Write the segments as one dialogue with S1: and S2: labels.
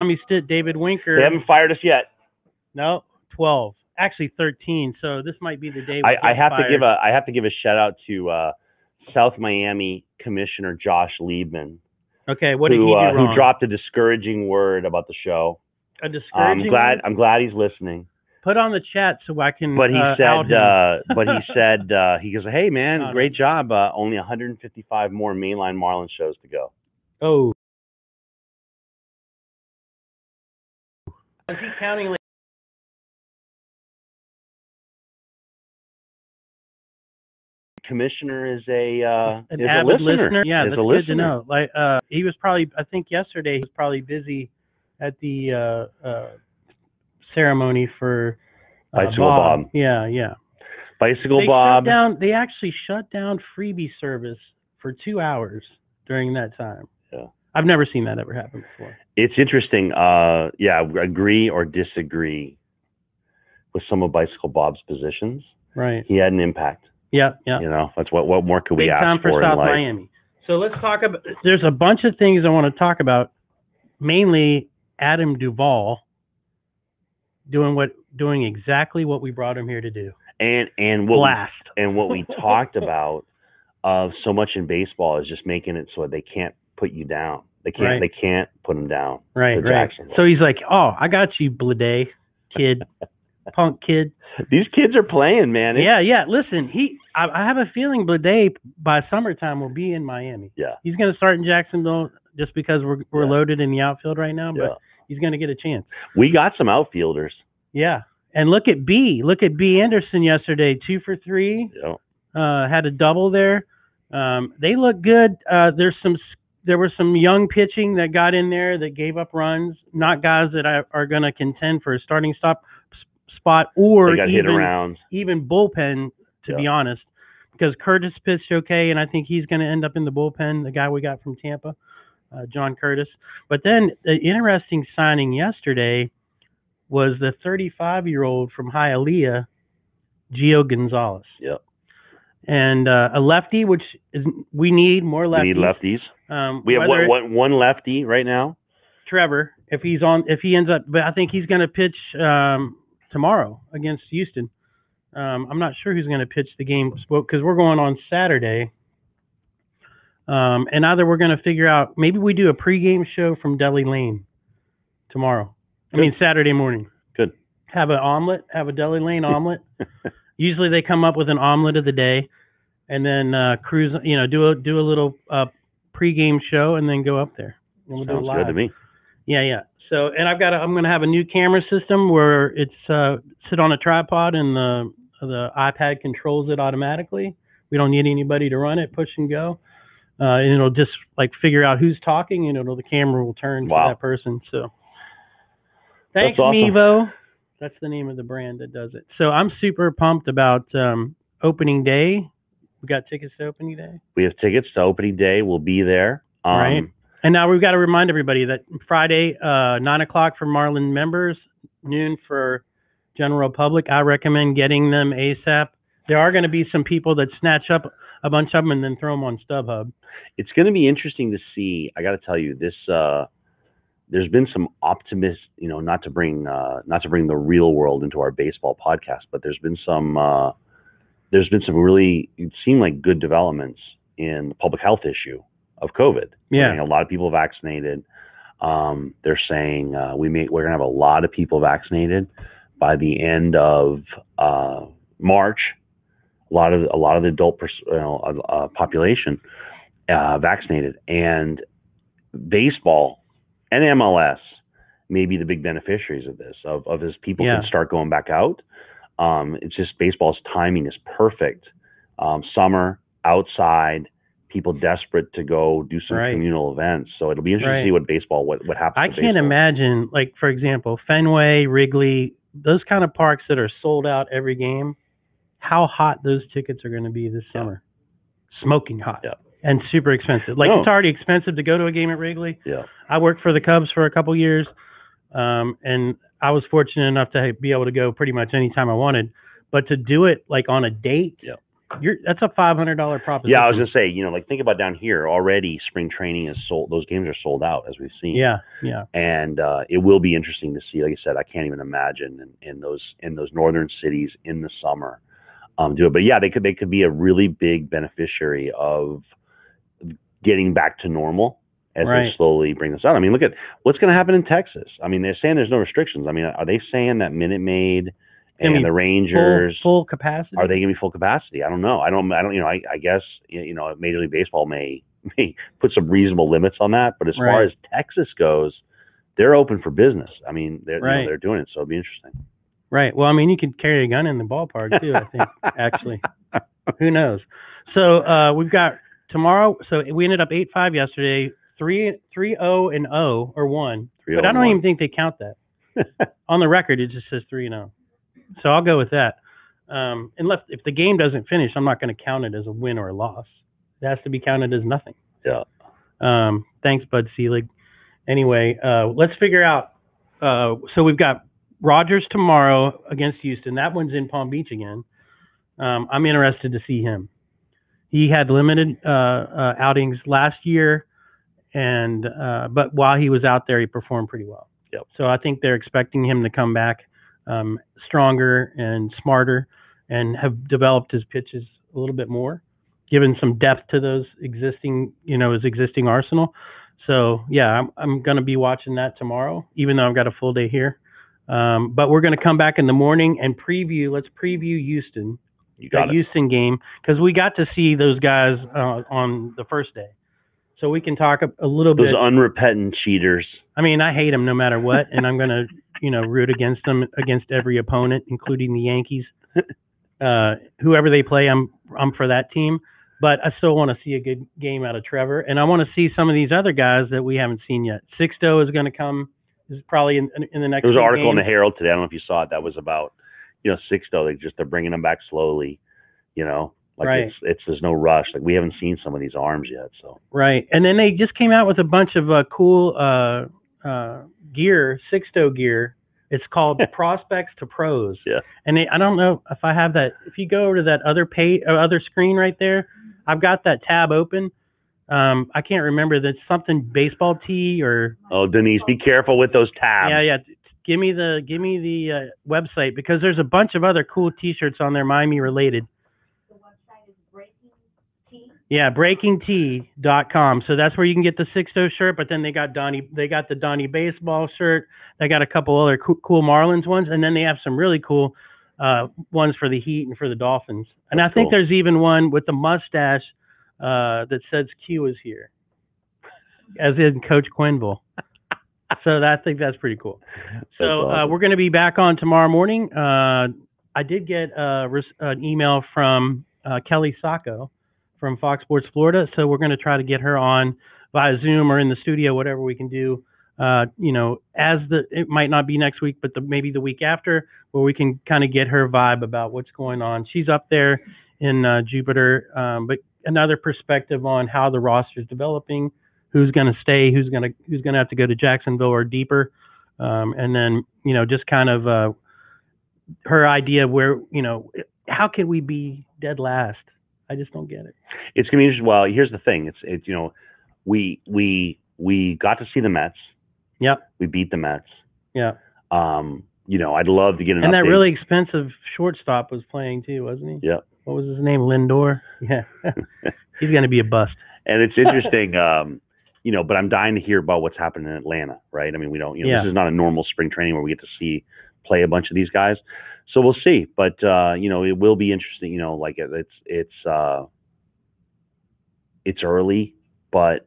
S1: Tommy Stitt, David Winker.
S2: They haven't fired us yet.
S1: No, twelve. Actually, thirteen. So this might be the day. we
S2: I, I
S1: get
S2: have to
S1: fired.
S2: give a I have to give a shout out to uh, South Miami Commissioner Josh Liebman,
S1: Okay, what did
S2: who
S1: he do
S2: uh,
S1: wrong?
S2: who dropped a discouraging word about the show.
S1: a
S2: Um, I'm
S1: discouraging.
S2: glad
S1: one?
S2: I'm glad he's listening.
S1: Put on the chat so I can.
S2: But he
S1: uh, out
S2: said
S1: him.
S2: uh, but he said uh, he goes, "Hey man,
S1: Out
S2: great job. Uh, only 155 more mainline Marlin shows to go."
S1: "Oh." Is he counting? Like,
S2: Commissioner is a uh,
S1: an
S2: is a
S1: avid
S2: listener.
S1: Yeah,
S2: Is
S1: that's good
S2: a
S1: to
S2: listener.
S1: know. Like, uh, he was probably. I think yesterday he was probably busy at the uh, uh, ceremony for. Uh,
S2: Bicycle Bob.
S1: Yeah, yeah.
S2: Bicycle
S1: they
S2: Bob.
S1: Shut down, they actually shut down freebie service for two hours during that time.
S2: Yeah.
S1: I've never seen that ever happen before.
S2: It's interesting. Uh, yeah, agree or disagree with some of Bicycle Bob's positions.
S1: Right.
S2: He had an impact.
S1: Yeah, yeah.
S2: You know, that's what what more could we
S1: Big
S2: ask
S1: time for,
S2: for in
S1: South
S2: life?
S1: Miami. So let's talk about. There's a bunch of things I want to talk about, mainly Adam Duvall doing what doing exactly what we brought him here to do.
S2: And and what we,
S1: Blast.
S2: and what we talked about of so much in baseball is just making it so they can't put you down. They can't
S1: Right.
S2: they can't put them down.
S1: Right,
S2: for
S1: right.
S2: Jackson.
S1: So he's like, "Oh, I got you, Blade kid, punk kid."
S2: These kids are playing, man. It's-
S1: Yeah, yeah. Listen, he. I, I have a feeling Blade by summertime will be in Miami.
S2: Yeah.
S1: He's going to start in Jacksonville just because we're we're
S2: Yeah.
S1: loaded in the outfield right now, but
S2: yeah.
S1: he's going to get a chance.
S2: We got some outfielders.
S1: Yeah. And look at B. Look at B. Anderson yesterday, two for three.
S2: You know.
S1: Uh, had a double there. Um, they look good. Uh, there's some. s- There was some young pitching that got in there that gave up runs. Not guys that are, are going to contend for a starting stop s- spot or
S2: They got hit
S1: even
S2: around.
S1: even bullpen, to be
S2: Yeah.
S1: honest, because Curtis pitched okay, and I think he's going to end up in the bullpen, the guy we got from Tampa, uh, John Curtis. But then the interesting signing yesterday was the 35 year old from Hialeah, Gio Gonzalez.
S2: Yep.
S1: And uh, a lefty, which is we need more lefties.
S2: We need lefties.
S1: Um,
S2: We have
S1: whether it-
S2: one, one, one lefty right now.
S1: Trevor, if he's on, if he ends up, but I think he's going to pitch um, tomorrow against Houston. Um, I'm not sure who's going to pitch the game because we're going on Saturday. Um, and either we're going to figure out, maybe we do a pregame show from Deli Lane tomorrow. I mean, Saturday morning.
S2: Good.
S1: Have an omelet, have a Deli Lane omelet. Usually they come up with an omelet of the day and then uh, cruise, you know, do a, do a little uh, pregame show and then go up there. And we'll do it
S2: Sounds
S1: live.
S2: good to me.
S1: Yeah, yeah. So, and I've got, a, I'm going to have a new camera system where it's uh, sit on a tripod and the the iPad controls it automatically. We don't need anybody to run it, push and go, uh, and it'll just like figure out who's talking, and it'll the camera will turn
S2: Wow.
S1: to that person. So, thanks,
S2: awesome.
S1: Mevo. That's the name of the brand that does it. So I'm super pumped about um, opening day. We got tickets to opening day,
S2: We have tickets to opening day. We'll be there. Um,
S1: Right. and now we've got to remind everybody that Friday, uh, nine o'clock for Marlin members, noon for general public. I recommend getting them ASAP. There are going to be some people that snatch up a bunch of them and then throw them on StubHub.
S2: It's going to be interesting to see. I got to tell you, this uh, there's been some optimist, you know, not to bring uh, not to bring the real world into our baseball podcast, but there's been some uh, there's been some really it seemed like good developments in the public health issue of COVID.
S1: Yeah.
S2: Getting a lot of people vaccinated. Um, they're saying uh, we may we're going to have a lot of people vaccinated by the end of uh, March. A lot of a lot of the adult pers- you know, uh, uh, population uh, vaccinated, and baseball and MLS may be the big beneficiaries of this. Of of as people
S1: Yeah.
S2: can start going back out. Um, it's just baseball's timing is perfect. Um, summer outside, people desperate to go do some
S1: Right.
S2: communal events. So it'll be interesting
S1: Right.
S2: to see what baseball what what happens.
S1: I
S2: to
S1: can't
S2: baseball.
S1: imagine, like for example, Fenway, Wrigley, those kind of parks that are sold out every game. How hot those tickets are going to be this
S2: Yeah.
S1: summer? Smoking hot
S2: Yeah.
S1: and super expensive. Like
S2: No.
S1: it's already expensive to go to a game at Wrigley.
S2: Yeah.
S1: I worked for the Cubs for a couple years, um, and I was fortunate enough to be able to go pretty much anytime I wanted. But to do it like on a date
S2: Yeah.
S1: You're that's a five hundred dollar proposition.
S2: Yeah, I was gonna say, you know, like think about down here already. Spring training is sold; those games are sold out, as we've seen.
S1: yeah, yeah.
S2: and uh, it will be interesting to see. Like I said, I can't even imagine in, in those in those northern cities in the summer um, do it. But yeah, they could they could be a really big beneficiary of getting back to normal as
S1: Right.
S2: they slowly bring this out. I mean, look at what's going to happen in Texas. I mean, they're saying there's no restrictions. I mean, are they saying that Minute Maid
S1: gonna
S2: and
S1: be
S2: the
S1: Full,
S2: Rangers
S1: full capacity.
S2: are they going to be full capacity? I don't know. I don't. I don't. You know. I, I guess y- you know. Major League Baseball may may put some reasonable limits on that, but as far
S1: Right.
S2: as Texas goes, they're open for business. I mean, they're you
S1: Right.
S2: know, they're doing it, so it'll be interesting.
S1: Right. Well, I mean, you could carry a gun in the ballpark too. I think actually, who knows? So uh, we've got tomorrow. So we ended up eight five yesterday. Three three zero and zero or one. But I don't
S2: 301.
S1: even think they count that. On the record, it just says three and zero. So I'll go with that. Um, unless if the game doesn't finish, I'm not going to count it as a win or a loss. It has to be counted as nothing.
S2: Yeah.
S1: Um, thanks, Bud Selig. Anyway, uh, let's figure out. Uh, so we've got Rogers tomorrow against Houston. That one's in Palm Beach again. Um, I'm interested to see him. He had limited uh, uh, outings last year, and uh, but while he was out there, he performed pretty well.
S2: Yep.
S1: So I think they're expecting him to come back um, stronger and smarter, and have developed his pitches a little bit more, given some depth to those existing, you know, his existing arsenal. So yeah, I'm I'm gonna be watching that tomorrow, even though I've got a full day here. Um, but we're gonna come back in the morning and preview. Let's preview Houston
S2: you
S1: that
S2: got it.
S1: Houston game because we got to see those guys uh, on the first day, so we can talk a, a little
S2: Those
S1: bit.
S2: unrepentant cheaters.
S1: I mean, I hate them no matter what, and I'm gonna you know root against them against every opponent, including the Yankees. Uh, whoever they play, I'm I'm for that team. But I still want to see a good game out of Trevor, and I want to see some of these other guys that we haven't seen yet. Sixto is going to come. Is probably in, in the next.
S2: There was
S1: few
S2: an article in
S1: games.
S2: the Herald today. I don't know if you saw it. That was about you know six though. They just they're bringing them back slowly. You know, like
S1: Right.
S2: it's it's there's no rush. Like we haven't seen some of these arms yet. So
S1: Right. And then they just came out with a bunch of uh, cool uh, uh, gear, Sixto gear. It's called Prospects to Pros.
S2: Yeah.
S1: And they, I don't know if I have that. If you go over to that other page, uh, other screen right there, I've got that tab open. Um, I can't remember. That's something baseball tee or
S2: oh Denise, be careful with those tabs.
S1: yeah, yeah. Give me the give me the uh, website because there's a bunch of other cool T-shirts on there Miami related. Yeah, breakingtea.com. So that's where you can get the Sixto shirt, but then they got Donnie they got the Donnie baseball shirt. They got a couple other cool, cool Marlins ones and then they have some really cool uh ones for the Heat and for the Dolphins. And I
S2: That's
S1: think
S2: cool.
S1: there's even one with the mustache uh that says Q is here. As in Coach Quinville. so that, I think that's pretty cool. So
S2: That's
S1: uh,
S2: awesome.
S1: we're going to be back on tomorrow morning. Uh, I did get uh, res- an email from uh, Kelly Sacco from Fox Sports Florida, so we're going to try to get her on via Zoom or in the studio, whatever we can do. Uh, you know, as the it might not be next week, but the, maybe the week after, where we can kind of get her vibe about what's going on. She's up there in uh, Jupiter, um, but another perspective on how the roster is developing, who's going to stay, who's going to who's going to have to go to Jacksonville or deeper um, and then you know just kind of uh, her idea of where you know how can we be dead last i just don't get it
S2: it's gonna be interesting. Well, here's the thing. It's it's you know, we we we got to see the Mets.
S1: Yep.
S2: We beat the Mets.
S1: yeah
S2: Um, you know, I'd love to get an
S1: and that
S2: update.
S1: really expensive shortstop was playing too wasn't he
S2: Yep.
S1: what was his name lindor yeah he's going to be a bust
S2: And it's interesting. um, you know, but I'm dying to hear about what's happening in Atlanta, right? I mean, we don't. You know,
S1: Yeah.
S2: this is not a normal spring training where we get to see play a bunch of these guys. So we'll see. But uh, you know, it will be interesting. You know, like it, it's it's uh, it's early, but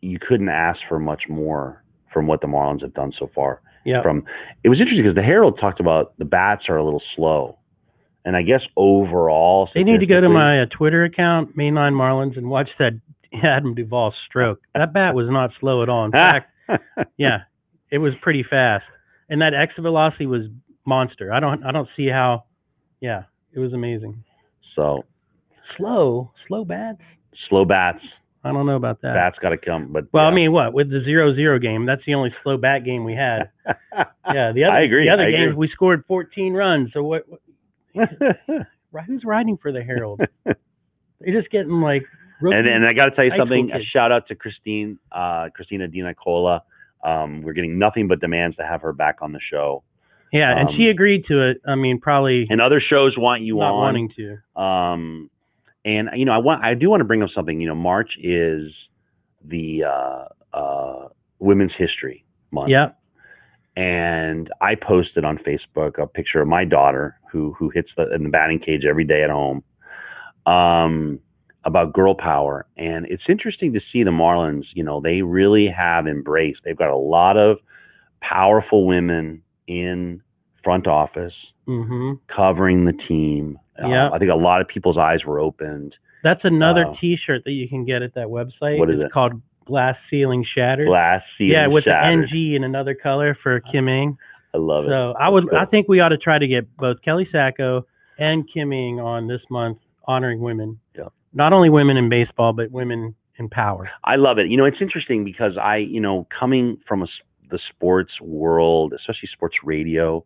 S2: you couldn't ask for much more from what the Marlins have done so far.
S1: yeah
S2: from it was interesting because the Herald talked about the bats are a little slow, and I guess overall
S1: they need to go to
S2: statistically-
S1: my uh, twitter account mainline marlins and watch that adam duvall stroke that bat was not slow at all in fact yeah, it was pretty fast, and that exit velocity was monster. I don't, I don't see how. Yeah, it was amazing.
S2: so
S1: Slow, slow bats.
S2: slow bats
S1: I don't know about that.
S2: bats got to come but
S1: well, I
S2: yeah.
S1: mean, what with the zero-zero game? That's the only slow bat game we had. yeah, the other,
S2: I agree,
S1: The other
S2: I
S1: games
S2: agree.
S1: we scored 14 runs. So what? who's riding for the Herald? They're just getting like rookie.
S2: And then I got to tell you
S1: high school
S2: something. A
S1: kid.
S2: shout out to Christine, uh, Christina Di Nicola. Um, we're getting nothing but demands to have her back on the show.
S1: yeah, and
S2: um,
S1: she agreed to it. I mean, probably
S2: And other shows want you
S1: not
S2: on.
S1: wanting to.
S2: Um, and you know, I want I do want to bring up something. You know, March is the uh, uh, Women's History Month.
S1: Yep.
S2: and I posted on Facebook a picture of my daughter who who hits the in the batting cage every day at home um, about girl power, and it's interesting to see the Marlins. You know, they really have embraced. They've got a lot of powerful women in front office
S1: hmm
S2: covering the team. Uh,
S1: Yeah.
S2: I think a lot of people's eyes were opened.
S1: That's another
S2: Wow.
S1: T-shirt that you can get at that website.
S2: What is
S1: it's
S2: it?
S1: called Glass Ceiling Shattered.
S2: Glass ceiling
S1: yeah, with
S2: shattered.
S1: the NG in another color for Kim Ng.
S2: I love it.
S1: So I
S2: That's
S1: would, I
S2: cool.
S1: think we ought to try to get both Kelly Sacco and Kim Ng on this month honoring women.
S2: Yep.
S1: Not only women in baseball, but women in power.
S2: I love it. You know, it's interesting because I, you know, coming from a s the sports world, especially sports radio,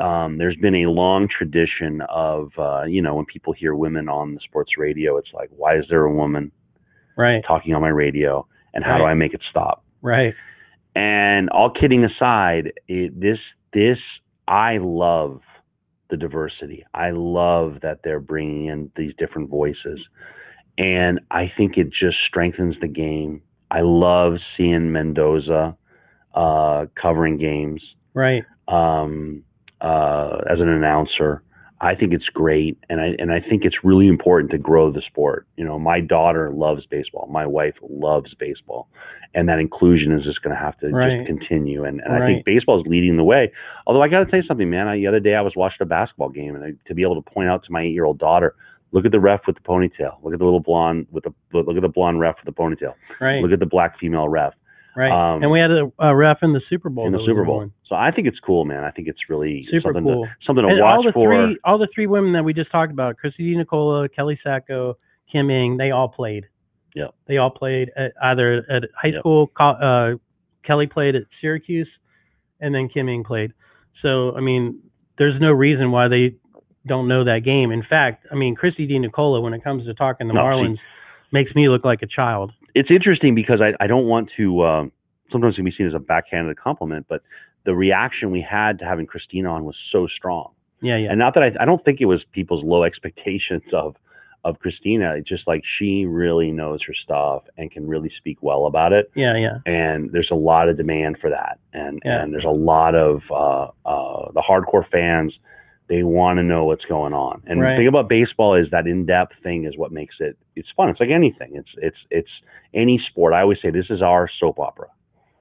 S2: um, there's been a long tradition of, uh, you know, when people hear women on the sports radio, it's like, why is there a woman
S1: Right.
S2: talking on my radio, and how do
S1: Right.
S2: I make it stop?
S1: Right.
S2: And all kidding aside, it, this this I love the diversity. I love that they're bringing in these different voices, and I think it just strengthens the game. I love seeing Mendoza uh, covering games
S1: Right.
S2: um, uh, as an announcer. I think it's great, and I and I think it's really important to grow the sport. You know, my daughter loves baseball. My wife loves baseball, and that inclusion is just going to have to
S1: Right.
S2: just continue. And, and I
S1: Right.
S2: think baseball is leading the way. Although I got to tell you something, man. I, the other day I was watching a basketball game, and I, to be able to point out to my eight-year-old daughter, look at the ref with the ponytail. Look at the little blonde with the look at the blonde ref with the ponytail.
S1: Right.
S2: Look at the black female ref
S1: right.
S2: um,
S1: and we had a, a ref in the Super Bowl.
S2: in
S1: Oh, that
S2: the
S1: was
S2: Super Bowl.
S1: woman.
S2: So I think it's cool, man. I think it's really
S1: Super
S2: something to
S1: cool.
S2: something to
S1: and
S2: watch
S1: all the
S2: for.
S1: three, all the three women that we just talked about, Christy Nicola, Kelly Sacco, Kim Ng, they all played.
S2: Yep.
S1: They all played at either at high
S2: Yep.
S1: school. co- Uh, Kelly played at Syracuse, and then Kim Ng played. So I mean, there's no reason why they don't know that game. In fact, I mean, Christy D. Nicola, when it comes to talking the
S2: No, she-
S1: Marlins, makes me look like a child.
S2: It's interesting because I, I don't want to. Um, sometimes it can be seen as a backhanded compliment, but the reaction we had to having Christina on was so strong,
S1: Yeah, yeah,
S2: and not that I, I don't think it was people's low expectations of of Christina. It's just like she really knows her stuff and can really speak well about it.
S1: yeah, yeah.
S2: and there's a lot of demand for that and
S1: Yeah.
S2: and there's a lot of uh, uh, the hardcore fans they want to know what's going on and
S1: Right.
S2: the thing about baseball is that in-depth thing is what makes it it's fun it's like anything it's it's it's any sport i always say this is our soap opera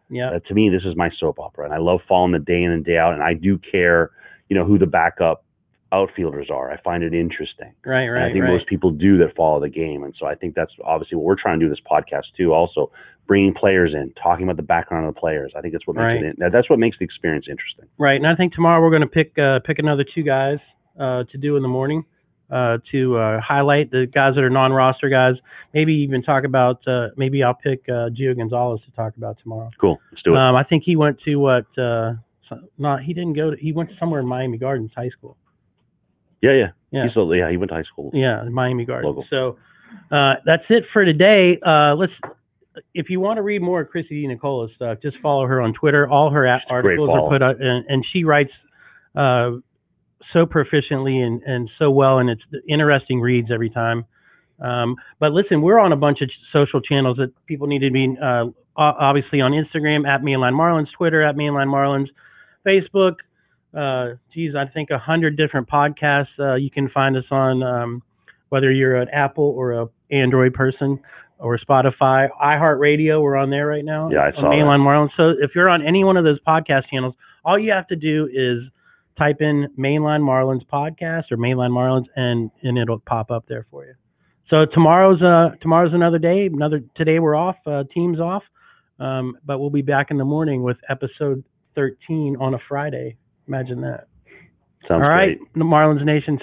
S1: Yeah,
S2: uh, to me this is my soap opera and i love following the day in and day out and i do care you know who the backup outfielders are i find it interesting
S1: right,
S2: and I
S1: right,
S2: think
S1: right.
S2: most people do that follow the game. And so I think that's obviously what we're trying to do with this podcast too. Also bringing players in, talking about the background of the players. I think that's what makes
S1: Right.
S2: it. that- That's what makes the experience interesting.
S1: Right, and I think tomorrow we're going to pick uh, pick another two guys uh, to do in the morning uh, to uh, highlight the guys that are non-roster guys. Maybe even talk about uh, maybe I'll pick uh, Gio Gonzalez to talk about tomorrow.
S2: Cool. Let's do it.
S1: Um, I think he went to what? Uh, so- not he didn't go to. He went to somewhere in Miami Gardens High School.
S2: yeah, yeah.
S1: yeah.
S2: He's a, yeah. He went to high school.
S1: Yeah, Miami Gardens.
S2: Local.
S1: So uh, that's it for today. Uh, let's. If you want to read more of Chrissy D. Nicola stuff, just follow her on Twitter. All her a-
S2: She's a great
S1: articles are
S2: follow.
S1: put out, and, and she writes uh, so proficiently and, and so well, and it's interesting reads every time. Um, but listen, we're on a bunch of social channels that people need to be uh, o- obviously on Instagram at Mainline Marlins, Twitter at Mainline Marlins, Facebook. Uh, geez, I think a hundred different podcasts uh, you can find us on. Um, whether you're an Apple or a Android person or Spotify, iHeartRadio, we're on there right now.
S2: Yeah, I
S1: on
S2: saw that.
S1: Mainline Marlins. So if you're on any one of those podcast channels, all you have to do is type in Mainline Marlins podcast or Mainline Marlins, and and it'll pop up there for you. So tomorrow's uh tomorrow's another day. Another today we're off. Uh, teams off. Um, but we'll be back in the morning with episode 13 on a Friday. Imagine that.
S2: Sounds
S1: all right,
S2: great.
S1: Marlins Nation.